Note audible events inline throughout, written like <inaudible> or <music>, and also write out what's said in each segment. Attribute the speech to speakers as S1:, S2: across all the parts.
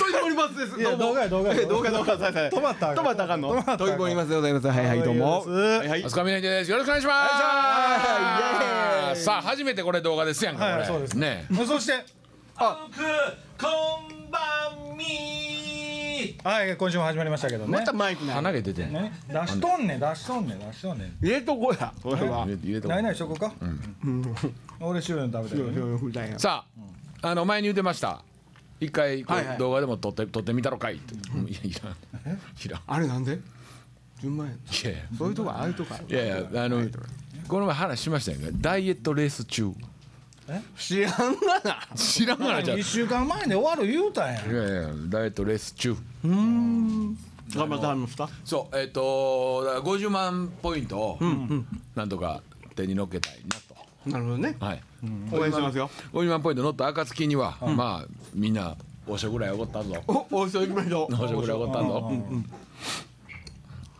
S1: トイボリマスです。
S2: いや
S1: どうも
S2: 動画や動画や
S1: え動画動画。さいさい
S2: 止まったらあか
S1: 止
S2: ん
S1: まったらあかん
S2: 止ま
S1: の
S2: ったらあ。かん
S1: トイボリマスでございます。はいはいどうも。
S2: おはようございます
S1: はいはい
S3: お。疲れ様です。よろしくお願いします。
S1: はいイエーイ
S3: さあ、初めてこれ動画ですやんか。こ
S2: は
S3: れ
S2: いそうです
S3: ね。
S2: そして
S4: こんばんみ
S2: はい今週も始まりましたけどね
S1: またマイクない。
S3: 鼻毛出てん。
S2: ね出しとんねん出しとんねん出しとんねん
S1: 入れとこうや。これは。
S3: 入れて入れて
S2: ないないしとこうか俺塩の食べたいけどね
S1: 普段や
S3: さあ、あの前に言ってました。一回こう
S1: はいはい
S3: 動画でも撮って撮ってみたろかいって。うんいやいらん。いらん。
S1: あれなんで？順番や。
S3: いやいや
S1: そういうとこああいうとこある。
S3: いやいやあのこの前話しましたよねダイエットレース中
S1: 知らんがな。
S3: 知らんがなじゃあい
S2: 一週間前で終わる言うたんや
S3: やいやダイエットレース中
S1: 頑張ってはりました。
S3: そうえっ、とだから50万ポイントをなんとか手に乗っけたいなと
S1: なるほどね。
S3: はい
S1: 応援してますよ。
S3: 50万ポイント乗った暁には、まあみんなお食ぐらいおごったぞ
S1: お、お一緒行きましょう。
S3: お食ぐらいおごったぞ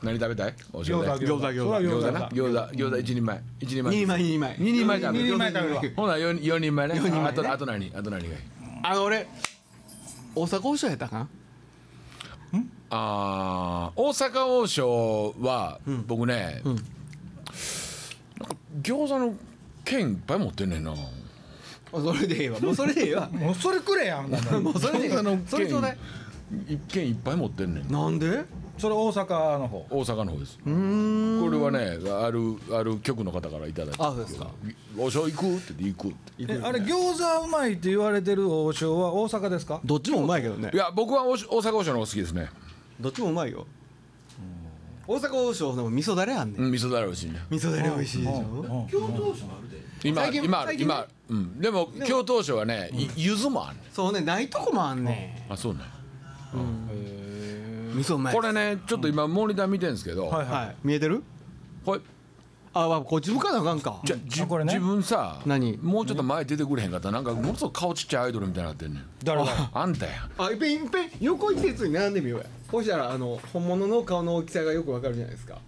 S3: 何食べたいお食ぐらい
S2: 餃子
S1: 餃子
S2: それは
S3: 餃
S2: 餃
S3: 子
S2: 子
S3: な
S2: だ
S3: 餃子餃子一人前一人前
S1: 二人前二人前。
S3: 二人前だ
S2: 二人前食べるわ
S3: ほな四四人前ねあとあと何あと何がいい
S1: あの俺大阪王将やったかな。
S3: あー大阪王将は僕ね、なんか餃子の券いっぱい持ってんねんな
S1: あそれでええわ。もうそれでええわ。
S2: もうそれくれやんほんなら
S1: もうそれでええ
S3: 餃子の
S1: それちょうだい。
S3: 一券いっぱい持ってんねん
S1: なんで？
S2: それ大阪の方
S3: 大阪の方ですこれはねあるある局の方からいただいて
S1: あそうですか
S3: 王将行く?」って言って「行く」って
S2: えあれ餃子うまいって言われてる王将は大阪ですか
S1: どっちもうまいけどね
S3: い。や僕は王将大阪王将の方が好きですね、
S1: どっちもうまいよ。大阪王将の味噌だれあんねん。
S3: うん、味噌だれ美味しいね
S1: 味噌だれ美味しいでしょ。
S4: 京都市もあるで
S3: 今
S1: 最近
S3: 今ある
S1: 最近ね
S3: 今ある、うん、でも京都王将はね、い柚子もあるね
S1: そうね、ないとこもあんね
S3: あそうね
S1: ん。味噌うまい。
S3: これ。ねちょっと今モニター見てるんですけど、
S2: はい
S1: はい。見えてる？
S3: これ
S1: あ、わこっち向かなあかんか。
S3: じゃじ
S2: あこれね
S3: 自分さ
S1: 何
S3: もうちょっと前出てくれへんかったなんかものすごく顔ちっちゃいアイドルみたいになってんねん
S2: 誰が
S3: あんたや
S1: あ、いっぺんいっぺん横一列に並んでみようや。こうしたらあの本物の顔の大きさがよくわかるじゃないですか。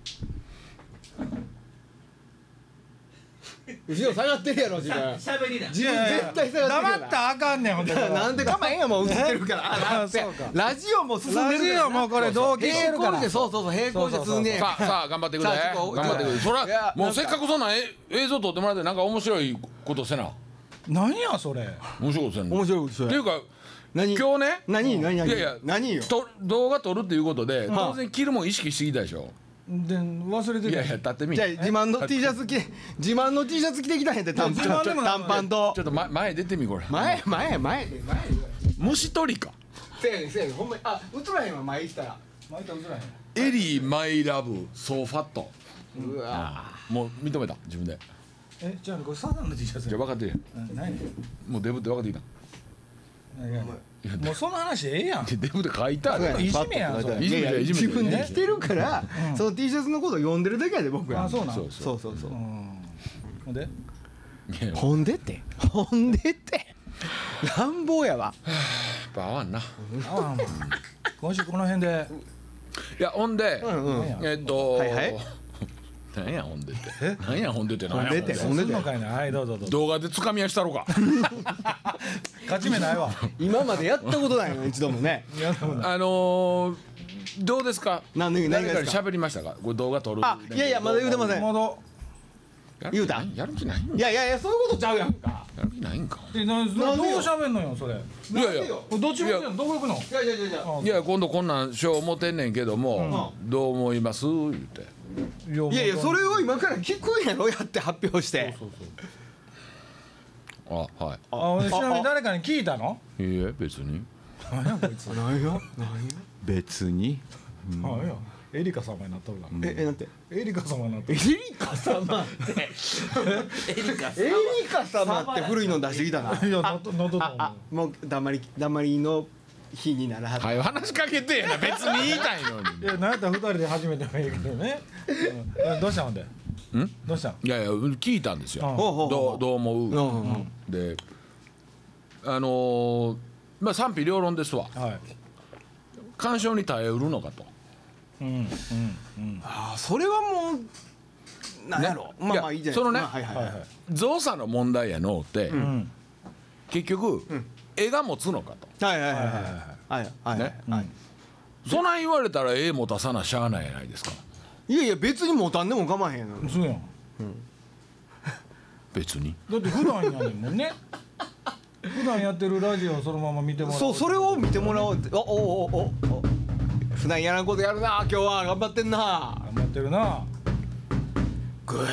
S1: 後ろ下がってるやろ自分。
S4: しゃべりだ
S1: 自分絶対下がってるやろ。
S2: 黙ったらあかんねんほん
S1: <laughs>
S2: で
S1: なんでかまへんやもう映ってるから。あ
S2: あそうか
S1: ラジオも進んでる
S2: ラ
S1: から
S2: ジオもこれ同期して
S1: 並
S2: るか
S1: 行
S2: ら
S1: してそうそうそう並行して進んでんや
S3: さあさあ頑張ってくれ
S1: さあちょ
S3: 頑
S1: っと
S3: 張ってくれそ
S1: い
S3: ら
S1: や
S3: も
S1: な
S3: うん
S1: か
S3: せっかくそんなえ映像撮ってもらってなんか面白いことせな
S2: 何やそれ
S3: 面白いことせんの
S1: 面
S3: っ
S1: 白いこと
S3: ていうか
S1: 何
S3: 今日ね
S1: 何何何
S3: いやいや
S1: 何よ
S3: と動画撮るっていうことで
S1: はあ
S3: 当然着るもん意識してきたでしょ
S2: で忘れて
S3: いやい
S2: た
S3: や立ってみ
S1: じゃあ
S3: ち
S1: 自慢の T シャツ着て自慢の T シャツ着てきたんやって短
S2: い
S1: パ
S2: や
S1: ン
S2: 自慢でもない
S1: 短パンと
S3: ょっと前前出てみこれ
S1: 前前前前
S3: 虫取りか
S1: せやねんせやねんほんまにあ映らへんわ前来たら
S2: 巻いたら映らへん
S3: エリーマイラブソーファット
S1: うわ
S3: もう認めた自分で
S2: えじゃあこれサザンの T シャツ
S3: じゃ
S2: や
S3: あ分かってるやん
S2: うん何
S3: もうデブって分かってきた
S2: 何何もうその話ええやん
S3: でデブって書いてある
S2: いじめやんそれ
S3: いじめ
S1: いやいや
S3: いじめ
S1: 自分で着てるからその T シャツのことを呼んでるだけやで僕ら
S2: あそうなん
S3: そう
S1: そうそうそう
S2: ほんで
S3: いややっ
S1: ほんでってほんでって乱暴やわ
S3: ぱ合わんな
S2: ああ今週この辺で
S3: いやほんで
S1: うんうん
S3: えっと
S1: はいはい
S3: なんやほんでってなんやほんでってなんや
S1: ほんでって
S2: 進むのかいなはいどうぞどうぞ
S3: 動画でつかみ合いしたろか
S1: <laughs>
S2: 勝ち目ないわ
S1: 今までやったことないの一度もね
S2: いやでも
S3: あのーどうですか
S1: 何何が
S3: 誰
S1: ですか
S3: かに喋りましたかこれ動画撮る
S1: あいやいやまだ言うてません
S2: まだ
S3: やる気ない
S1: 言うた
S3: やる気ないん
S1: いやいやいやそういうことちゃうやんか
S3: やる気ないんか
S2: でなどう喋んのよそれ
S3: いやいや
S1: なんでよ
S2: どっち向いてんのどこ行くの
S1: いやいやいやいや
S3: いや今度こんなんしよう思ってんねんけどもどう思います言って
S2: い
S1: いやいやそれを今から聞くんやろやって発表して
S3: あはい
S2: あ俺ちなみに誰かに聞いたの
S3: いいえ別に
S1: 何や何や別に
S2: あいやエリカ様になっとるな
S1: ええなんて
S2: エリカ様になっと
S1: エ
S2: る
S1: リカ様って
S4: エリカ
S1: エリカ様って古いの出してきたない
S2: やなっとなっとったもん
S1: あもう黙り黙りの日にならはっ
S3: はい話しかけてえな別に言いたいのに
S2: いや、なんやったら二人で初めてもいいけどね。うんどうしたほんで。どうしたん。
S3: いやいや聞いたんですよ
S2: うん
S1: ほうほう
S3: どう
S1: ほ
S3: どう思う、
S1: ううんうんうん
S3: であのーまあ賛否両論ですわ
S2: はい。
S3: 干渉に耐えうるのかと
S2: うん、うん、
S1: あーそれはもうなんやろまあまあいいじゃないです
S3: その
S1: か
S3: ね
S1: まあはいは
S2: はいい
S1: は
S2: はいい。
S3: 造作の問題やのうて、
S2: うん。
S3: 結局、絵が持つのかと
S1: はいはいはい
S2: はいはい
S1: はいはいはい
S3: ね
S1: はい
S3: そない言われたら絵持たさなしゃあないやないですか
S1: いやいや別に持たんでも構わへんの
S2: そうやん
S3: 別に
S2: だって普段やねんもんね普段やってるラジオをそのまま見てもらお
S1: そうそれを見てもらおうっておおおおお普段やらんことやるな今日は頑張ってんな
S2: 頑張ってるな
S1: グエー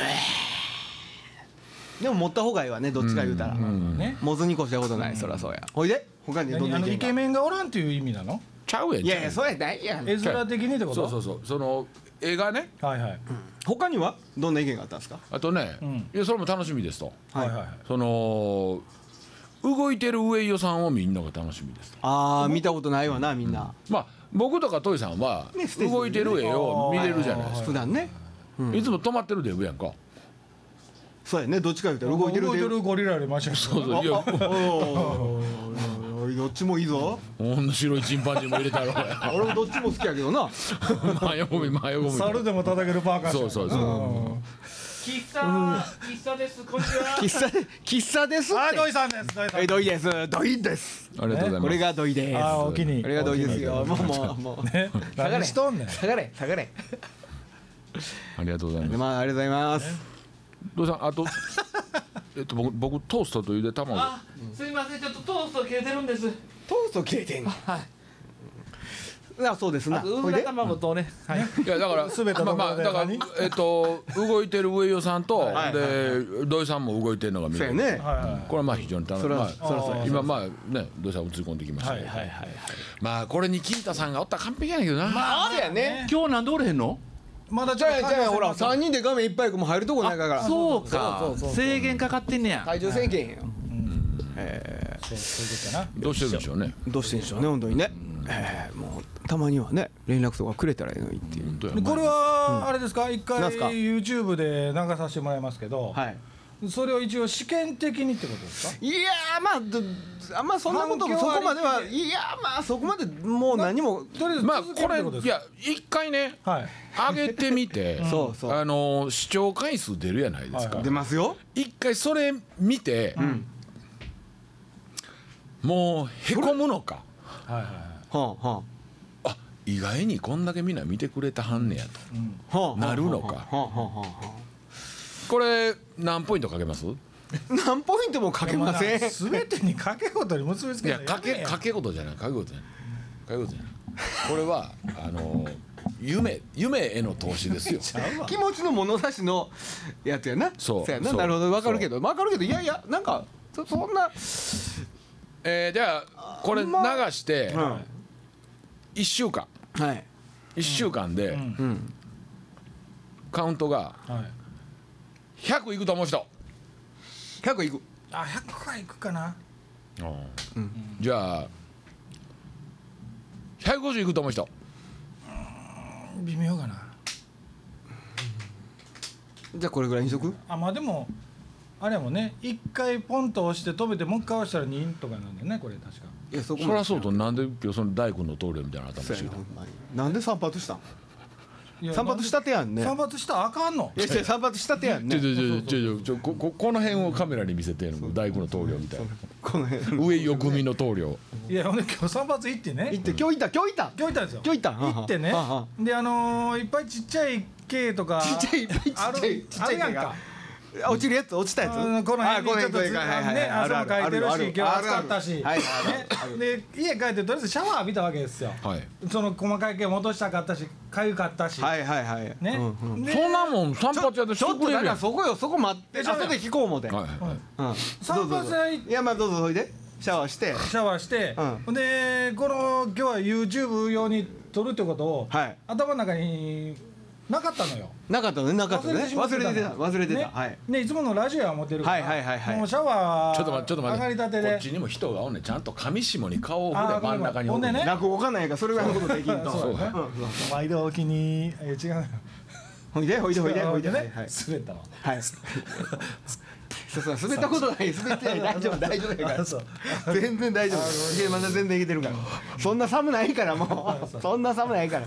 S1: でも持った方がいいわねどっちか言うたら、
S2: ね
S1: もずに越したことない、そりゃそうやほいで他にどん
S2: 何
S1: な
S2: あの
S1: 意
S2: イケ
S1: 見が
S2: メンがおらんっていう意味なの
S3: ちゃうやん
S1: いやいや
S3: ちゃ
S1: そうやないやん
S2: 絵面的にってこ
S3: う
S2: と
S3: やんそうそうそうその絵がね
S2: はいはい、
S1: 他にはどんな意見があったんですか
S3: あとね、
S2: うん
S3: いやそれも楽しみですと
S2: はいはいはい
S3: その動いてる上与さんを見んのが楽しみですと
S1: ああ見たことないわなみんな、
S3: まあ僕とかトイさんは
S1: ねステージでね
S3: 動いてる絵を見れるじゃないですか、
S1: 普段ね
S3: いつも止まってるでやんか
S1: そうやねどっちか言うたら動いてる
S2: 動いてるゴリラよりマシや
S3: そうそういや
S1: おーおいどっちもいいぞ
S3: 面白いチンパンジーも入れたろう <laughs> や
S1: 俺もどっちも好きやけどな
S3: 前横み前横
S2: <laughs>
S3: み
S2: 猿でも叩けるパーカー
S3: そうそうそう
S2: うん
S4: 喫茶喫茶ですこんにちは
S5: <laughs>
S1: 喫茶喫茶です
S2: あー
S1: っ
S2: 土井さんです土井さ
S1: て
S2: ん
S1: はいドイですドイです
S3: ありがとうございます
S1: これがドイです
S2: あー
S1: こ
S2: お気に
S1: れがドイですよもうもうもう
S2: ね何しとんねん
S1: 下がれ下がれ
S3: ありがとうございます
S1: まあありがとうございます
S3: どうさん
S1: <laughs>
S3: あとえっと僕僕トーストとゆで卵
S4: あすいませんちょっとトースト消えてるんです
S1: トースト切れてんの
S4: はい
S1: あそうです
S4: あ
S1: な
S4: とうず
S1: ほい
S4: ら
S1: で
S4: 卵とねはい
S3: いやだから
S2: 全ての
S3: まあ
S2: ところで
S3: まあだから
S2: 何
S3: えっと動いてる上与さんと
S1: はい
S3: で土井さんも動いてるのが見
S1: そう
S3: れ
S1: や
S3: る
S1: ね
S2: はいはい
S3: これはまあ非常に楽
S1: そ
S3: しい
S1: れ
S3: ま
S1: は
S3: あ
S1: それはそうや
S3: 今まあね土井さん映り込んできましたけど
S2: はいはい
S3: まあこれに金太さんがおったら完璧やねんけどな
S1: あそうやね
S4: 今日なんでおれへんの
S2: まだ
S1: じ
S2: ちょ
S1: ゃ
S2: っと
S1: あじゃあほら3人で画面いっぱいもう入るとこないから
S4: そうか制限かかってんねや
S1: 体重制限やん
S2: そうそういうことやな
S3: どうしてるんでしょうね
S1: どうしてんでしょうね本当にね、えーもうたまにはね連絡とかくれたらいいのにっていう、
S3: どうや
S2: でこれはあれですか一回
S1: なんすか
S2: YouTube で流させてもらいますけど、
S1: はい
S2: それを一応試験的にってことですか
S1: いやーまあどあんまそんなこと
S2: 反響
S1: もそこまで
S2: あ
S1: は
S2: り
S1: いやーまあそこまでもう何も
S2: とりあえず
S3: まあ
S2: 続け
S3: こ
S2: るっ
S3: れ
S2: てこと
S3: い
S2: ですか、
S3: や一回ね
S2: はい
S3: 上げてみて
S1: <laughs> そうそう
S3: あの視聴回数出るやないですか
S2: はい
S1: 出ますよ
S3: 一回それ見てもうへこむのか
S2: はいはいはい
S1: はんはん
S3: あ意外にこんだけみんな見てくれたはんねやと
S1: はん
S3: なるのか
S1: はんはんはんはんはん
S3: これ何ポイントかけますい
S1: 何ポイントもかけません
S2: でもな全てに掛け事に結びつけ
S3: や
S2: ない
S3: かけかけ事じゃないかけ事じゃないかけ事じゃないこれはあの夢夢への投資 <laughs> ですよ
S1: 気持ちの物差しのやつやな
S3: そう
S1: やな
S3: そう
S1: なるほどわかるけどわかるけどいやいやなんかそそんな
S3: えーじゃあこれ流して
S1: は
S3: 1週間
S1: いはい
S3: 1週間で
S2: ん
S1: うん
S3: カウントが
S2: はい
S3: 100いくと思う人
S1: 100いく
S2: あ100回いくかな
S3: じゃあ150いくと思う人
S2: 微妙かな
S1: じゃあこれぐらいにしとく
S2: あまあでもあれやもんね一回ポンと押して飛べてもう一回押したら2とかなんだよねこれ確か
S1: いやそこ
S3: そり
S1: ま
S3: ゃ
S1: で
S3: そうとなんで今日その大工の棟梁みたいな頭して
S1: そう
S3: る
S1: やなほんまになんで散髪したん
S2: いや
S1: 散髪したてやんね
S2: 散髪したらあかんの
S1: いや違う散髪したてやん
S3: ちょ
S1: ね
S3: ちょちょちょちょこここの辺をカメラに見せてんの大工の棟梁みたいな
S1: この辺
S3: 上よくみの棟梁
S2: いやほんで今日散髪行ってね
S1: 行って今日行った今日行った
S2: 今日行ったんですよ
S1: 今日行ったんはんはん
S2: 行ってね
S1: はんは
S2: であのーいっぱいちっちゃい毛とか
S1: ちっちゃいいっぱいちっちゃ
S2: あ
S1: い
S2: る
S1: ちっちゃい
S2: あるやん
S1: 毛が
S2: か
S1: 落ちるやつ落ちたやつ
S2: うんこの辺にちょっと
S1: あこの辺
S2: ず
S1: この辺はいはい
S2: ね
S1: はい
S2: 汗もかい
S1: あ
S2: てる
S1: るある
S2: し今日暑かったし
S1: あるあるはいはい
S2: ねで家帰ってとりあえずシャワー浴びたわけですよ
S3: はい
S2: その細かい毛戻したかったしかゆかったし
S1: はいはいはいはい
S2: ね
S1: うんうん
S2: で
S3: そんなもん散髪屋でし
S1: ちょ
S3: て
S1: っ
S3: く
S1: と
S3: れ
S1: だか
S3: るや
S1: ら
S3: ん
S1: そこよそこ待って後で聞こう思て
S3: はいはいはい
S1: うん
S2: 散
S1: どう
S2: 髪
S1: ぞどうぞ
S2: 屋行っ
S1: いやまあどうぞおいでシャワーして
S2: シャワーして、
S1: う
S2: でこの今日は YouTube 用に撮るってことを、
S1: はい
S2: 頭の中になかったのよ
S1: なかったのねなかったのね
S2: しまっ
S1: 忘れてた
S2: の
S1: 忘れて
S2: ね
S1: たはい
S2: ねいつものラジオは持ってるから、
S1: はいはいはいはい
S2: もうシャワー
S3: ちょっと待ってちょっと
S2: 上が
S3: 待
S2: りた
S3: って
S2: て
S3: こ
S2: で
S3: っちにも人がおんねんちゃんと上下に顔を振
S2: あ
S3: れ
S2: ーご
S3: 真
S2: めん
S3: ん中に
S2: ごめん
S3: おる
S2: ほんでね
S1: 落語家なんやからそれぐらいのことできんと
S2: そううやね
S1: んうん
S2: 毎度お気に入りえ違うのよ
S1: ほいでほいでほいでほいで
S2: ね、
S1: はいはい
S2: 滑ったわ <laughs>
S1: はい。そうそう滑ったことない滑ってない <laughs> 大丈夫大丈夫や
S2: あ
S1: か
S2: そう
S1: ら <laughs> 全然大丈夫いやまだ全然いけてるからそんな寒ないからもうそんな寒ないから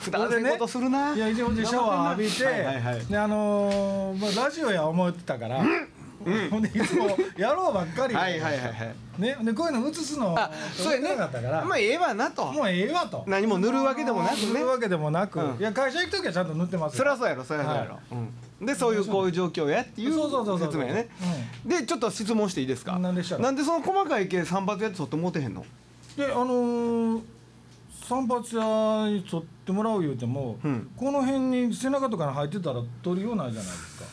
S1: 普段せんことするない
S2: や一応シャワー浴びて、
S1: はいはいはい
S2: であのーまあ、ラジオや思ってたから、ほんでいつもやろうばっかり
S1: はいはいはいはい
S2: ねでこういうの映すの
S1: あそうやね
S2: なかったから
S1: まあええわなと
S2: もうええわと
S1: 何も塗るわけでもなく
S2: 塗
S1: ね
S2: るわけでもなく、
S1: うん
S2: いや会社行く時はちゃんと塗ってますよ
S1: そりゃそうやろそりゃそうやろ、うん、でそういうこういう状況やっていう
S2: そうそうそうそう
S1: 説明やね、でちょっと質問していいですか
S2: 何でした
S1: なんでその細かい系散髪やって取ってもうてへんの
S2: であのー散髪屋に取ってもらう言うても、
S1: うん
S2: この辺に背中とかに入ってたら取りようないじゃないですか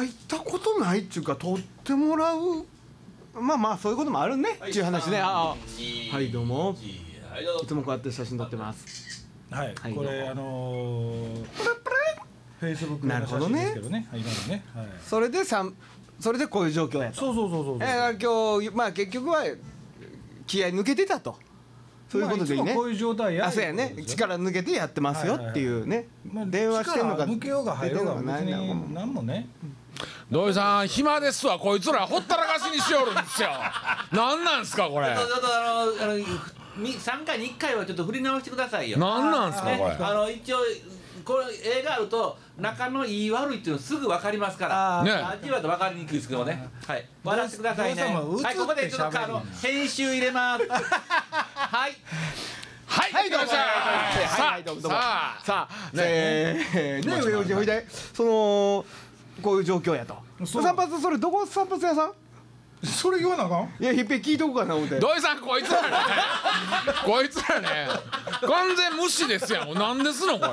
S1: 入ったことないっちゅうか取ってもらうまあまあそういうこともあるねっちゅう話ねああはいどうも
S5: はいどう
S1: いつもこうやって写真撮ってます
S2: はい、
S1: はい
S2: これあのー、フェイスブック
S1: な
S2: の
S1: る
S2: 写
S1: ほど
S2: 真
S1: ね
S2: ですけどねはい今のね、はい、
S1: それでさんそれでこういう状況やと
S2: そうそうそうそうそう
S1: えー今日まあ結局は気合抜けてたとそういうことでいい
S2: まあ
S1: ね
S2: つもこういう状態や
S1: あそうやね力抜けてやってますよっていうね、
S2: まあ
S1: 電話してんのか
S2: 力抜けようが入ろうが別
S1: 出てんのかないのか
S2: に何もね
S3: 土井さん暇ですわこいつらほったらかしにしよるんですよ
S1: <laughs>
S3: なんなんすかこれ
S5: ちょっとあのあのみ3回に1回はちょっと振り直してくださいよ。
S3: なんなんすか
S5: ね
S3: これ
S5: あの一応これ映画あると仲のいい悪いっていうのすぐ分かりますから。
S1: あー
S3: ね
S5: 味は分かりにくいですけどね。はい。笑ってくださいね。
S2: どうしたも映って
S5: はいここでちょっとあ
S2: 喋る
S5: の
S2: んや
S5: 編集入れます。 <laughs> はい。
S3: はい
S1: はいどうも
S3: 土井さん
S1: はいはいどうもどうも
S3: さあ
S1: さあねね
S3: まあ
S1: 上
S3: まあ
S1: ほいでそのこういう状況やと
S2: そう
S1: 散髪それどこ散髪屋さん
S2: それ言わなあかん
S1: いやひっぺ聞いとこうかな思って
S3: 土井さんこいつらねこいつらね完全無視ですやんなんですのこれ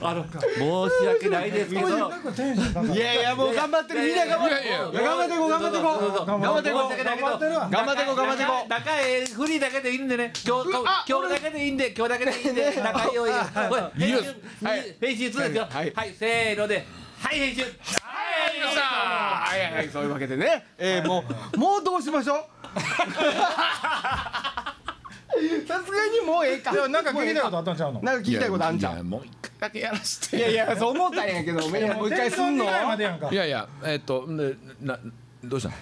S5: あの申し訳ないですけど。
S2: なんかテンション高い
S1: いやいやもう頑張ってるみんな頑張って
S3: いやいや
S1: いや頑張っていこう頑張っていこう
S5: そうそうそう
S2: 頑
S5: 頑張
S2: 張っ
S5: って
S2: て
S5: い
S2: こ
S5: こ
S2: う頑張
S5: う
S2: ってるわ
S1: 頑張っていこう頑張っていこう
S5: 仲ええフリーだけでいいんでね今日今
S1: あ
S5: 日今日だけでいいんで今日だけでいいんで仲良いこれ
S3: いいよ
S5: 編集
S3: はい
S5: 編集2ですよ
S1: は
S5: はいいせーのではい編集
S3: さあはいはい
S1: はいそういうわけでね <laughs> えーもうもうどうしましょう <laughs> さすがにもうええか
S2: いやなんか聞きたいことあったんちゃうの
S1: なんか聞きたいことあんじゃ
S3: いや
S1: ん
S3: もう一回だけやらして
S1: いやいやそう思ったんやけ <laughs> どめもう一回すんの
S2: テンション高いまでやんか
S3: いやいやえっとねなどうしたの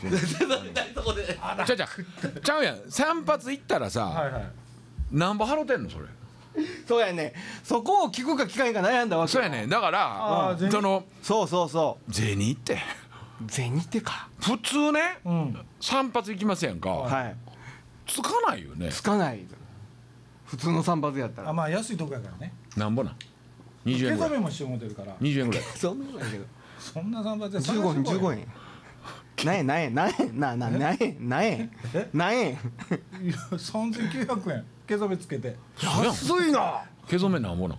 S5: <laughs> そこで
S3: ちゃうちゃうちゃうやん散髪行ったらさ、
S2: はいはい
S3: 何ぼ払うてんのそれ
S1: そうやねそこを聞くか聞かへんか悩んだわけ
S3: そうやねだから
S2: あー
S3: その
S1: そうそうそ
S3: 銭って
S1: う銭ってか
S3: 普通ね
S2: うん
S3: 散髪行きますやんか、
S1: はい
S3: つかないよね
S1: つかない普通の散髪やった
S2: あ
S1: ら
S2: まあ安いとこやからね
S3: なんぼなん20
S2: 手
S3: 円ぐら
S2: 染
S3: い
S2: めもしてもうてるから
S3: 20円ぐらい
S1: そんなんやけど
S2: そんな散髪屋探してこ
S1: 15
S2: い
S1: 円15円 <laughs> 何円何円何円なな何円何円
S2: え
S1: 何円
S2: いや3900円毛染めつけて
S3: そうやん
S1: <laughs> 安いな
S3: 毛染めなんぼなん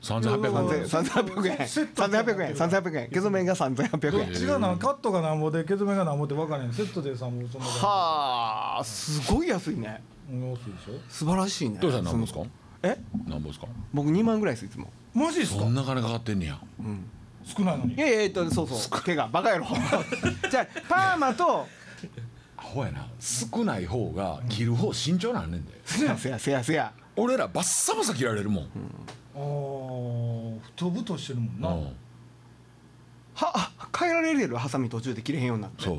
S3: 3800円
S1: 3800円3800円3800円毛染めが3800円
S2: 違うなカットがなんぼで毛染めがなんぼって分からへんセットでさもうそんな感じ
S1: はあすごい安いね
S2: うん安いでしょ
S1: 素晴らしいね
S3: どうしたんなんぼですか
S1: え
S3: なんぼですか
S1: 僕2万ぐらいですいつも
S2: マジっすか
S3: そんな金かかってんねや
S2: 少ないのに
S1: いやいやえっとそうそう毛がバカ野郎 <laughs> じゃあパーマと
S3: アホやな少ない方が切る方慎重なんねんで
S1: せやせやせやせや
S3: 俺らバッサバサ切られるもん、
S2: あー太々してるもん
S3: う
S2: な、
S3: ん、
S1: はあ変えられるやろハサミ途中で切れへんようになって
S3: そう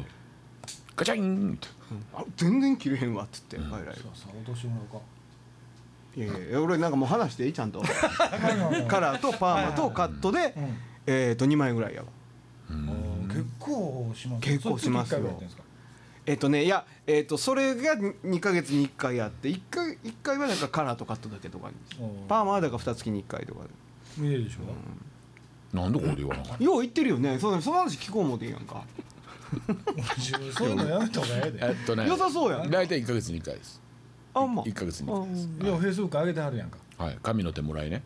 S3: ガチャインって
S1: あ全然切れへんわっつって変えられる
S2: さあさあ落としてもらおう
S1: いやいや俺なんかもう話していいちゃんと
S2: か高いな
S1: カラーとパーマとカットで
S2: うん
S1: えっと2万円ぐらいやわ
S2: あー結構しますね
S1: 結構しますよ
S2: それ月一回ぐらいやってんですか
S1: えっとねいやえっとそれが2ヶ月に1回あって1回一回はなんかカラーとカットだけとかに
S2: おー
S1: パーマはだから2月に1回とか
S2: 見えるでしょ、
S3: なんでここで言わなあかん
S1: でよう言ってるよねそうその話聞こうもでいいやんか
S2: 自分 <laughs> そういうのやめた方がええで
S3: えっとね
S1: 良さそうやん
S3: 大体1か月に1回です
S1: あほんま
S3: 1か月に1回です
S2: いやフェイスブック上げてはるやんか
S3: はい髪の手もらいね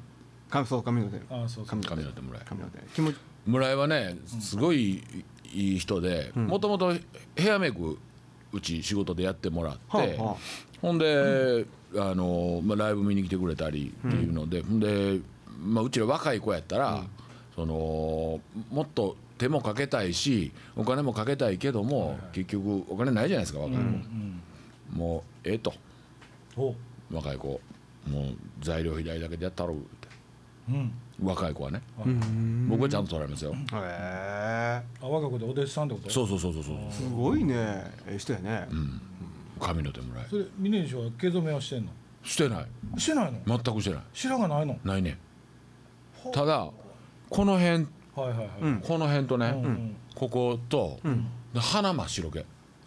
S1: 髪そう髪の手
S2: あーそうそう
S3: 髪の手もらい
S1: 髪の手気持ち
S3: 村井はねすごいいい人でもともとヘアメイクうち仕事でやってもらって、
S1: はあはあ
S3: ほんで、あのまあ、ライブ見に来てくれたりっていうので、ほんで、まあ、うちら若い子やったら、そのもっと手もかけたいしお金もかけたいけども、結局お金ないじゃないですか若い子、もうええと
S2: お
S3: 若い子もう材料費代だけでやったろうって
S2: うん
S3: 若い子はね、
S1: うん
S3: 僕はちゃんと取られますよ、
S1: へえ
S2: あ我が子でお弟子さんってこと
S3: そうそうそうそうそう
S1: すごいねええ人やね
S3: 髪の手もらい
S2: それ峰岸は毛染めはしてんの
S3: してない
S2: してないの
S3: 全くしてない
S2: 白がないの
S3: ないねただこの
S2: は
S3: 辺
S2: いはいはい、
S1: うん
S3: この辺とね、
S2: うん
S3: ここと、
S1: うん
S3: で鼻真っ白け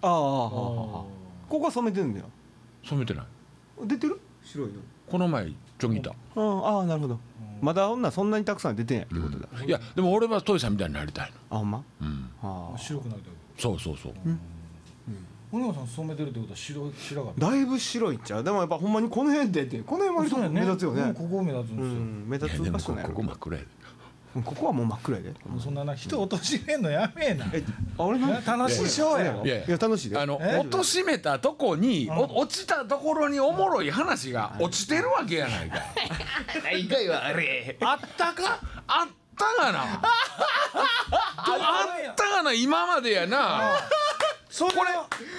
S1: ああ
S2: あー
S1: ここは染めてんだよ
S3: 染めてない
S1: 出てる白いの
S3: この前ちょぎった、
S1: うんああなるほどまだ女そんなにたくさん出てんやってことだ
S3: いやでも俺はトイさんみたいになりたい
S1: あほんま
S3: の、うん、
S1: ああ
S2: 白くなるってこ
S3: そうそうそう、
S2: と小野さん染めてるってことは白白髪
S1: だいぶ白いっちゃうでもやっぱほんまにこの辺出てこの辺割と
S2: そうや
S1: 目立つよ
S2: もう
S1: ね
S2: ここ目立つん
S1: う
S2: ですよ、
S1: ん目
S3: いや
S1: 立
S3: で
S1: つ
S3: も
S1: 場所
S3: こ
S1: ない
S3: ここ真っ暗やで
S1: うんここはもう真っ暗やで
S2: もうそんなな人落としめんのやめえな
S1: えあ俺なん
S2: な楽しいショーやろ
S1: い
S3: いや
S1: やいや楽しいで
S3: あの
S2: え
S3: 落としめたとこに、
S2: ん
S3: お落ちたところにおもろい話が落ちてるわけ
S1: <laughs>
S3: やないか
S4: 大概はあれ
S3: あったかあったがなあったがな今までやな
S2: それ
S3: これ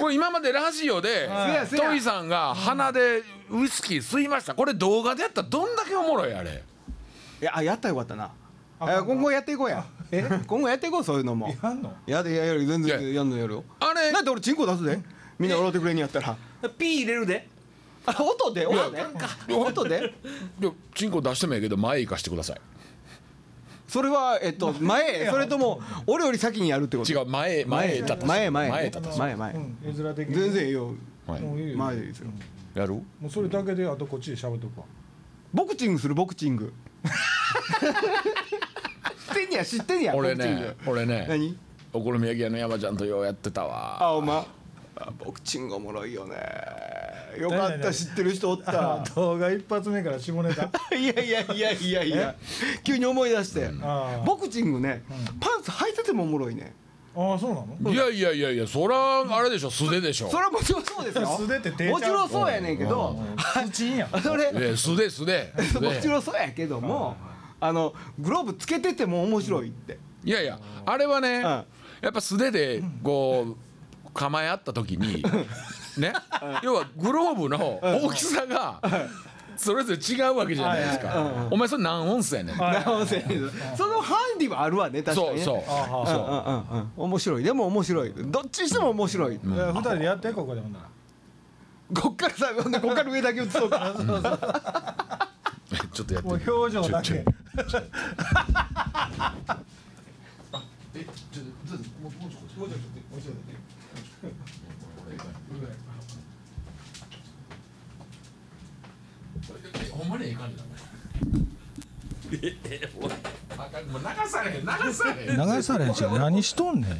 S3: これ今までラジオで
S2: はい
S1: せやせや
S3: トイさんが鼻でウイスキー吸いましたこれ動画でやったらどんだけおもろいあれ
S1: いやあやったらよかったな
S2: あ
S1: あ今後やっていこうやえ今後やっていこうそういうのも
S2: やんの
S1: やでやる全
S3: い
S1: 然
S3: や
S1: やんのやるよ
S3: あれ
S1: なんで俺チンコ出すでみんな笑ってくれんやったら
S5: ピー入れるで
S1: あ音で音で音で
S3: いやチンコ出してもいいけど前行かしてください
S1: それはえっと前へそれとも俺より先にやるってこと
S3: 違う前前へ立た
S1: 前へ前へ
S3: 前
S1: あ
S3: へ立
S1: の
S3: た
S1: 前前
S2: うん、絵面的に
S1: 全然いいよ
S3: はい
S2: もういいよ
S1: 前でいいですよ
S3: やる
S2: もうそれだけであとこっちで喋っとくわ
S1: ボクチングするボクチング知ってんねや知ってんねや
S3: 俺
S1: ボクチン
S3: ね
S1: グ
S3: 俺ね
S1: 何
S3: お好み焼き屋の山ちゃんとようやってたわ
S1: あお前あボクチングおもろいよねよかった知ってる人おっ
S2: あ
S1: た
S2: 動画一発目から下ネタ
S1: <laughs> いやいやいやいやいや急に思い出して
S2: あー
S1: ボクチングねパンツ履いててもおもろいね
S2: ああそうなの
S3: いやいやいやいやそらあれでしょ素手でしょ
S1: それはもちろんそうですよ
S2: 素手って手ちゃう
S1: もちろんそうやねんけど
S2: 普通やん
S1: それ
S3: いや素手素手素
S1: も
S3: 手
S1: ちろん <laughs> そうやけどもあのグローブつけてても面白いって
S3: いやいやあれはね、やっぱ素手でこう構え合った時に <laughs> ね、要はグローブの大きさがそれぞれ違うわけじゃないですか。お前それ何オンスやねん。
S2: はい
S1: なるほどそのハンディはあるわね確か
S3: そ
S1: に
S3: う
S1: ね
S3: そう
S2: あ
S1: うん
S3: そ
S1: うんうんうん面白いでも面白いどっちにしても面白い、
S2: いや二人でやってここでほんなら
S1: こっからさほんでこっから上だけ映そうか
S3: う。ちょっとやって
S2: も
S3: み
S2: う
S3: る。
S2: 表情だ
S3: ちょち
S2: け
S3: ょほんまにええ感じだね。あかんもう流されへん流されへん。
S2: 流されんちゃう何しとんねん
S5: あ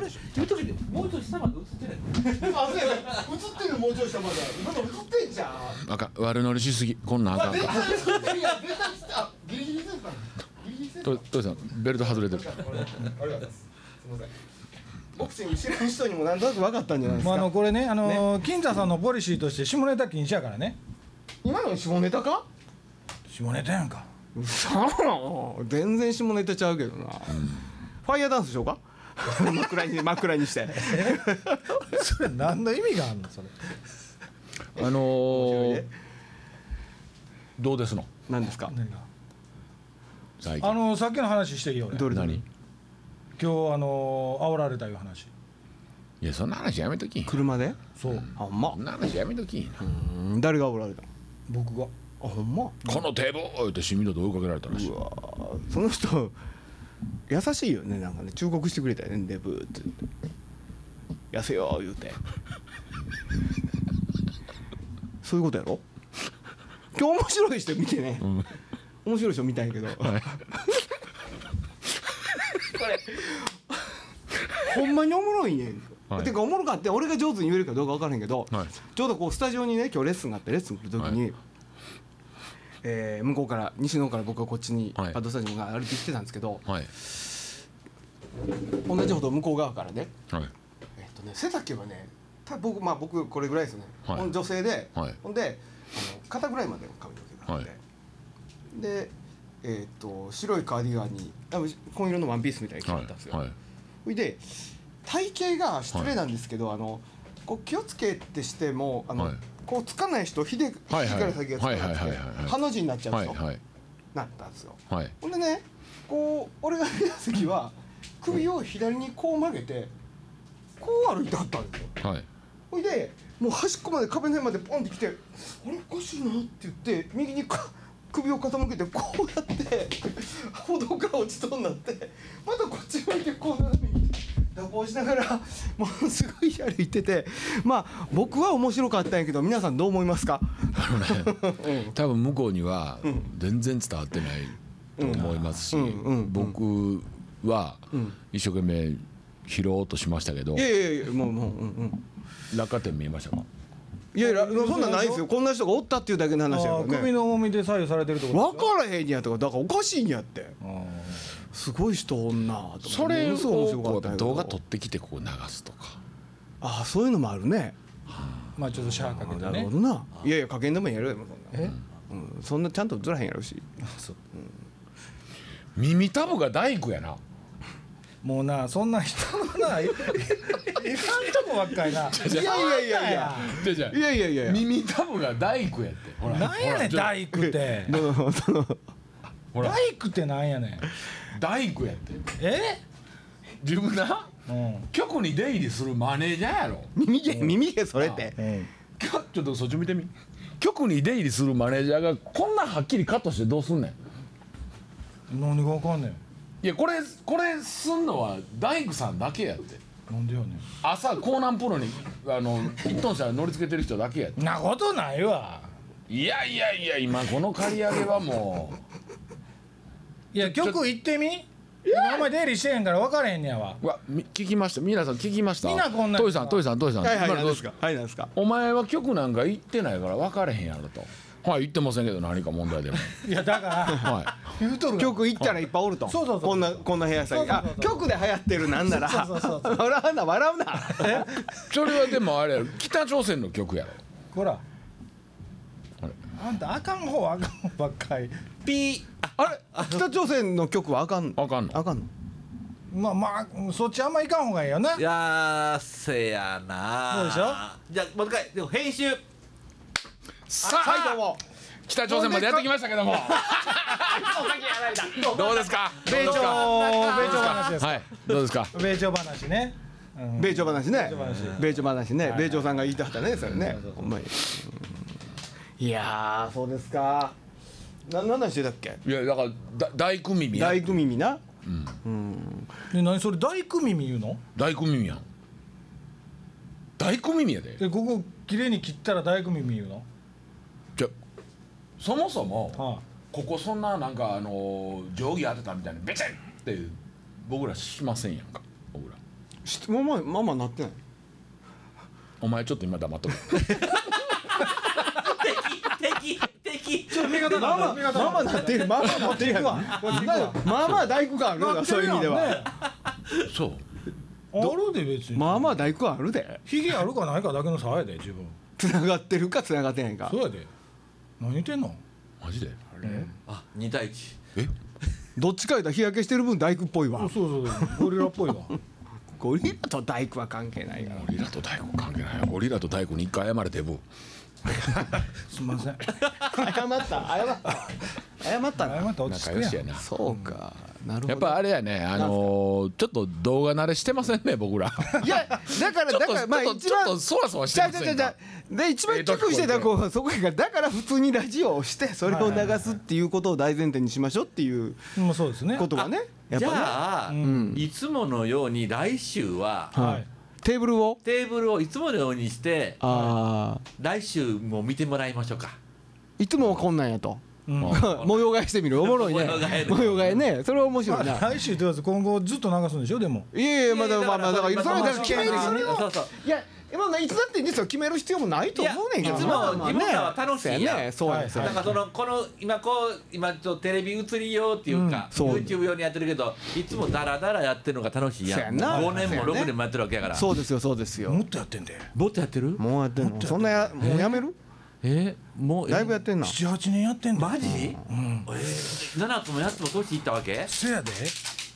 S5: れ言うときでもう一度下まで映ってない
S1: あそうやね映ってるもうちょい下まだまだ映ってんじゃん
S3: あかん悪乗りしすぎこんなんあかんあかん。
S1: いや絶対あギリギリセーフかなギリギリセーフ
S3: ととりさんベルト外れてる。
S1: ありがとうございますすいませんボクシング知らん人にもなんとなく分かったんじゃないです
S2: まああ
S1: か、
S2: のこれねあのー金座さんのポリシーとして下ネタ禁止やからね
S1: 今の下ネタか
S2: 下ネタやんか
S1: そう全然下ネタちゃうけどな、ファイヤーダンスしようか真っ暗に真っ暗にして
S2: それ何の意味があんのそれ
S3: あのー、どうですの
S1: 何ですか
S2: 何が
S3: 最近。
S2: あのーさっきの話していいよね
S1: どれ
S2: 今
S1: どれ
S3: 何
S2: 日あのー煽られたいう話
S3: いやそんな話やめとき。
S1: 車で
S2: そう
S1: あほんま
S3: そんな話やめとき。
S1: 誰がおられたの
S2: 僕が
S1: あほんま。
S3: この堤防言ってシミドと追いかけられたらしいう
S1: わーその人優しいよねなんかね忠告してくれたよねデブーって痩せよう言うてそういうことやろ今日面白い人見てね、面白い人見たんやけど、これほんまにおもろいねん、
S3: はい
S1: てかおもろかって俺が上手に言えるかどうか分からへんけど、
S3: はい
S1: ちょうどこうスタジオにね今日レッスンがあってレッスン来る時に、
S3: はい
S1: えー向こうから西の方から僕はこっちに
S3: はい
S1: パドスタジオが歩いてきてたんですけど、
S3: はい
S1: 同じほど向こう側からね,、
S3: はい
S1: えっとね背丈はねた僕まあ僕これぐらいですよね、
S3: はい
S1: ほん女性で、
S3: はい
S1: ほんであの肩ぐらいまでの髪の毛があって、
S3: は
S1: で、えっと白いカーディガンにあ紺色のワンピースみたいな着
S3: は
S1: てたんですよ。
S3: いはい。
S1: ほいで体型が失礼なんですけど、あのこう気をつけてしてもあの、
S3: はい
S1: こうつかない人ひで、
S3: はいはい
S1: ひから先がつかなくて、
S3: はいはいはいはいはい
S1: ハの字になっちゃうん
S3: は
S1: で
S3: い
S1: すよ、
S3: はい
S1: なったんですよ
S3: はい。
S1: ほんでねこう俺が見た時は首を左にこう曲げてこう歩いてはったんですよ
S3: はい。 <laughs>
S1: ほいでもう端っこまで壁の辺までポンって来て「あれおかしいな」って言って右にか首を傾けてこうやって歩道から落ちそうになってまたこっち向いてこう斜めに蛇行しながらものすごい歩いててまあ僕は面白かったんやけど皆さんどう思いますか
S3: 多分向こうには全然伝わってないと思いますし、
S1: うんうん
S3: 僕は
S1: ん
S3: 一生懸命拾おうとしましたけど
S1: いやいやいやもうもううんうん
S3: 落下点見えましたか
S1: いやいやそんなんないですよこんな人がおったっていうだけの話や
S2: あー
S1: からね
S2: 首の重みで左右されてるってこ
S1: 分
S2: とで
S1: からへんやとかだからおかしいんやって
S2: すか
S1: すごい人おんなと思って
S3: それを
S1: ものすごい面白か
S3: こ
S1: ったん
S3: う
S1: やけど
S3: 動画撮ってきてこう流すとか
S1: ああそういうのもあるね
S2: まあちょっとシャーかけて
S1: なる
S2: ね
S1: ほどな、いやいや加減でもやるよもうそんな
S2: え
S1: うん、そんなちゃんとずらへんやろし
S3: 耳たぶが大工やな
S2: もうなそんな人のないい <laughs> らんとこばっかりない
S1: やいやいやいや
S3: じゃじゃ
S1: いやいやいやいや
S3: 耳たぶが大工やってほら
S2: なんやねん大工っ
S1: <laughs>
S2: て
S1: どうぞどうぞ
S3: ほら
S2: 大工ってなんやねん
S3: 大工やって
S2: え
S3: 自分な <laughs>
S2: うん
S3: 局に出入りするマネージャーやろ
S1: 耳毛耳毛それって
S2: うん
S3: きょちょっとそっち見てみ局に出入りするマネージャーがこんなはっきりカットしてどうすんねん
S2: 何がわかんねん
S3: いやこれこれすんのは大工さんだけやって
S2: なんでやね
S3: 朝江南プロにあ <laughs> の一トン車乗り付けてる人だけやって
S2: んなことないわ
S3: いやいやいや今この刈り上げはも
S2: いや曲行ってみ今あんまり出入りしてへんから分からへんねやわ
S3: うう <laughs> わみ聞きました皆さん聞きました
S2: みんなこんなん
S3: トイさんトイさんトイさん
S1: はいはい
S3: 今の
S1: 何
S3: どう
S1: で
S3: ですすか
S1: かはい何ですか
S3: お前は局なんか行ってないから分かれへんやろとはい言ってませんけど何か問題でも
S2: いやだから
S3: はい
S2: 言うとるが
S1: 曲行ったらいっぱいおると
S2: そうそうそう
S1: こんなこんな部屋さ
S2: そうそうそう
S1: あ曲で流行ってるなんなら
S2: そうそう
S1: <laughs>
S2: そ
S1: 笑うな笑うな
S3: それはでもあれやろ北朝鮮の局やろ
S2: ほら
S3: あれ
S2: あんたあかん方あかん方ばっかり
S5: ピー
S1: あれ北朝鮮の曲はあかん
S3: あかんの
S1: あかんの
S2: まあまあそっちあんま行かん方がいいよない
S5: やーせやな
S2: そうでしょ
S5: じゃあもう一回でも編集
S3: さあ、
S1: はいどうも
S3: 北朝鮮までやってきましたけ <laughs> どもどうですかどう
S2: 米
S3: で
S2: 朝
S3: すか
S2: 米朝話です
S3: はいどうですか
S2: 米朝話ね、うん
S1: 米朝話ね米朝話ね
S2: はい
S1: 米朝さんが言いたかったねそれね
S2: そうそうそう
S1: ほんまにうんいやーそうですかな何の話してたっけ
S3: いやだからだ大工耳や
S1: 大工耳な
S2: で何それ大工耳言うの
S3: 大工耳やん大工耳やで
S2: えここ綺麗に切ったら大工耳言うの
S3: じゃそもそも、
S2: は
S3: ここそんななんかあのー定規当てたみたいにベチンって僕らしませんやんか僕ら
S1: 質問まあまあまあなってない
S3: お前ちょっと今黙っと <laughs> け
S5: 敵 <laughs> 敵敵
S2: い味方
S1: まあまあまあまあなってるまあまあなってるやんまあまあ大工感あるよなそういう意味では
S3: そう
S2: あるで別に
S1: まあまあ大工感あるで
S2: ひげあるかないかだけの差やで自分
S1: つながってるかつながってないか
S2: そうやで何言ってんの
S3: マジで
S5: あ二対一
S3: え
S1: どっちか言うたら日焼けしてる分大工っぽいわ
S2: そうそうゴリラっぽいわ <laughs>
S1: ゴリラと大工は関係ないから
S3: ゴリラと大工関係ないよゴリラと大工に一回謝れデブ
S2: すみません
S1: <laughs> 謝った謝った謝ったな
S2: 謝ったら落ち
S3: 仲
S2: 着く
S3: 良
S2: やん
S3: しやな
S1: そうかなるほど
S3: <laughs> やっぱあれやねあのーちょっと動画慣れしてませんね
S1: <laughs>
S3: 僕ら
S1: いやだから
S3: ちょっ
S1: だ
S3: と
S1: からまあ
S3: ちょっと
S1: 一
S3: ちょっと
S1: 番
S3: そわそわして
S1: じゃ
S3: ま
S1: じ
S3: せ
S1: ゃ
S3: ん
S1: じ
S3: か
S1: ゃじゃで一番
S3: ええ
S1: 危
S3: 時
S1: 惧してた
S3: こ
S1: 子はそこがだから普通にラジオをしてそれを流すっていうことを大前提にしましょうっていう
S2: もうそうですね
S1: ことがねやっ
S5: じ
S1: ぱね
S5: ゃあ、
S1: ん
S5: いつものように来週は
S1: は
S2: はいい、
S1: テーブルを
S5: テーブルをいつものようにして
S1: ああ
S5: 来週も見てもらいましょうか
S1: いつもはこんなんやと
S2: うんま
S1: <laughs> 模様替えしてみるおもろいね
S5: 模様替える
S1: 模様替えねそれは面白
S2: あ
S1: いな
S2: 来週とりあえず今後ずっと流すんでしょでも
S1: いやいやまだまあまあだからそれはだから決めるそれ
S5: そ
S1: を
S5: うそう
S1: いや今のいつだって実は決める必要もないと思うねんけど
S5: いやいつも
S1: まあまあね
S5: 自分らは楽しいやん
S1: そうやねそうや
S5: だ
S1: ね
S5: からそのこの今こう今ちょっとテレビ映り用っていうか、
S1: うんそう
S5: YouTube 用にやってるけどいつもダラダラやってるのが楽しいやん
S1: そうやんな
S5: 5年も
S1: そうやね
S5: 6年もやってるわけやから
S1: そうですよそうですよ
S2: もっとやってんで
S5: もっとやってる
S1: もうやってんのそんなやもうやめる
S5: えもう
S1: だいぶやってんな
S2: 78年やってんで
S5: マジ、うんえー、7つも8つも年いったわけ
S2: せやで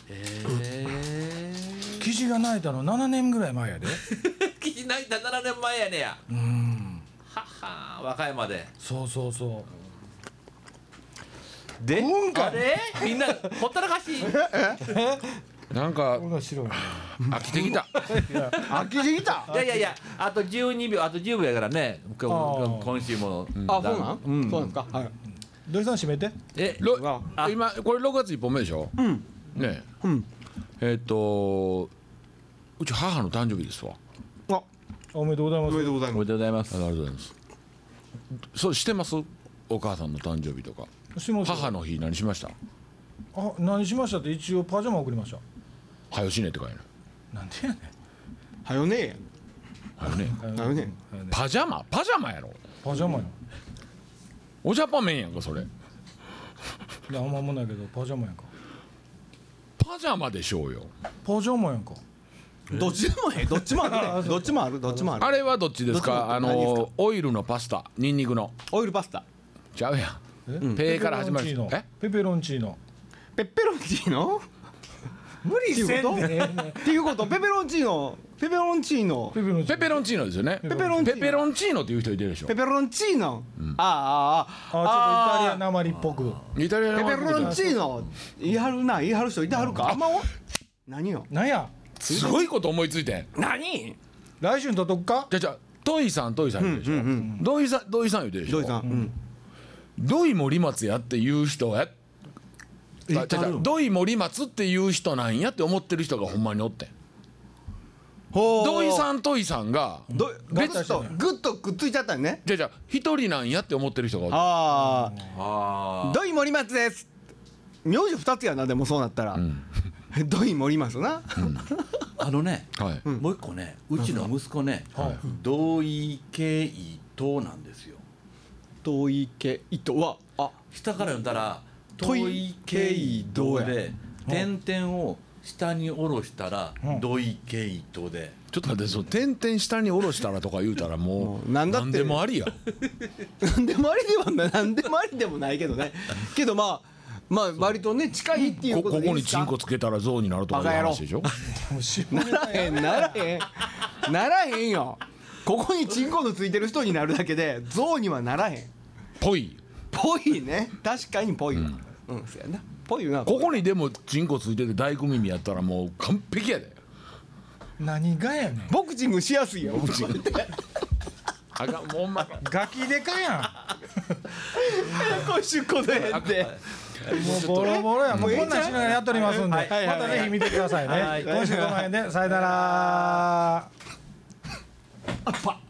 S5: え <laughs>
S2: 記事が泣いたの7年ぐらい前やで
S5: ー、記事泣いた7年前やねや
S2: うん
S5: はっはー和歌山で
S2: そうそうそう
S5: で
S2: 今回
S5: あれみんなほったらか <laughs> し
S3: なんか
S2: 面白いね
S3: 飽き
S1: <laughs>
S3: てきた
S1: 飽きてきた
S5: いやいやいやあと12秒あと10秒やからね今
S2: あー
S5: 日今週も
S1: あそうなんそうなんですかはい
S2: 土井さん閉めて
S3: え
S1: わ
S3: ろ今これ6月1本目でしょ
S1: うん
S3: ね
S1: うん
S3: ええっとうち母の誕生日ですわ
S1: あ
S2: おめでとうござい
S1: お
S2: ます
S1: めでとうござい
S5: おめ
S1: ま
S5: でとうございます
S3: ありがとうございますそうしてますお母さんの誕生日とか
S2: しました
S3: 母の日何しました
S2: あ何しましたって一応パジャマ送りました
S3: 「はよしね」って書いて
S2: なんでやね
S1: すはよね
S3: あるはよね
S2: ん
S1: だよね
S2: だよね
S3: パジャマパジャマやろ
S2: パジャマよ
S3: おじゃパメンやんかそれ
S2: いやあんまもんないけどパジャマやんか
S3: パジャマでしょうよ
S2: パジャマやんか
S1: どっちでもええどっちもあ <laughs> るねどっちもあるどっちもある
S3: あれはどっちですか
S1: どっち
S3: あ
S1: 何です
S3: のオイルのパスタニンニクの
S1: オイルパスタ
S3: ちゃうや
S2: え
S3: んペーから始まる
S2: ペペロンチーノペ
S3: え
S2: ペロンチ
S1: ペッペロンチー
S2: ーノ
S1: ノ無理
S2: せんでええね
S1: っていうことペペロンチーノペペロンチーノ
S2: ペペロンチ
S3: ペ
S2: ーノ
S3: ペロンチーノですよねペ
S1: ペペロンチーノ
S3: ペロンチーノっていう人いてるでしょ
S1: ペペロンチーノ、あああ
S2: あちょっとイタリア
S1: あ
S2: なまりっぽく
S3: イタリア
S1: あ
S3: の
S1: ペペロンチーノ言いはるな言いはる人いてはるかあんまお何よ
S2: なんや
S3: すごいこと思いついてん
S1: 何
S2: 来週にとっとくか
S3: じゃあじゃあトイさんトイさん言うでしょ、土井さん土井さん言うてるでし
S1: 土
S3: ょ
S1: 井さん、うん、
S3: 土井森松やっていう人やあ違う違う土井森松っていう人なんやって思ってる人がほんまにおってん
S1: ほ
S3: 土井
S1: ん
S3: さん土井さんが
S1: どグッと
S2: 合体して
S1: グッとくっついちゃったね
S3: じゃあじゃあ一人なんやって思ってる人がおってん
S1: あ
S5: あ
S1: あ土井森松です名字二つやなでもそうなったら、土井森松な、
S5: ああのね、
S3: はい、
S5: もう一個ねうちの息子ね
S2: はい
S5: 同意経緯等なんですよ
S1: 土井家糸はあ
S5: 下から読んだら
S1: 遠
S5: 遠
S1: い
S5: い
S1: 経
S5: 経
S1: 緯
S5: 緯
S1: どう
S5: 等
S1: や
S5: で点々を下に下ろしたら
S2: うん
S5: 同意経緯等で
S3: ちょっと待ってその点々下に下ろしたらとか言うたらも
S1: もう
S3: う
S1: なんだって
S3: でもありや
S1: 何でもありではない何でもありでもないけどねけどまあまあ割とね近いっていう
S3: こ
S1: こ
S3: ことこ
S1: でいい
S3: に
S1: です
S3: チ
S1: か
S3: ンコつけたら象になるとかいう話で
S1: <laughs>
S3: しょ
S2: もうし
S1: ならへんならへんならへんよここにチンコのついてる人になるだけで象にはならへん
S3: ぽい
S1: ぽいね確かにぽいわうん、そやなぽいな
S3: ここにでもチンコついてて大工耳やったらもう完璧やで
S2: 何がやねん
S1: ボクチングしやすいよ
S3: あかんもうほんま
S2: ガキでかや
S1: 今週この辺で
S2: んもうボロボロやもうこんなんしながらやっとりますんでま
S1: はいはいはい
S2: たぜひ見てください
S1: は
S2: ね
S1: い
S2: 今週この辺でさよなら
S1: あっぱ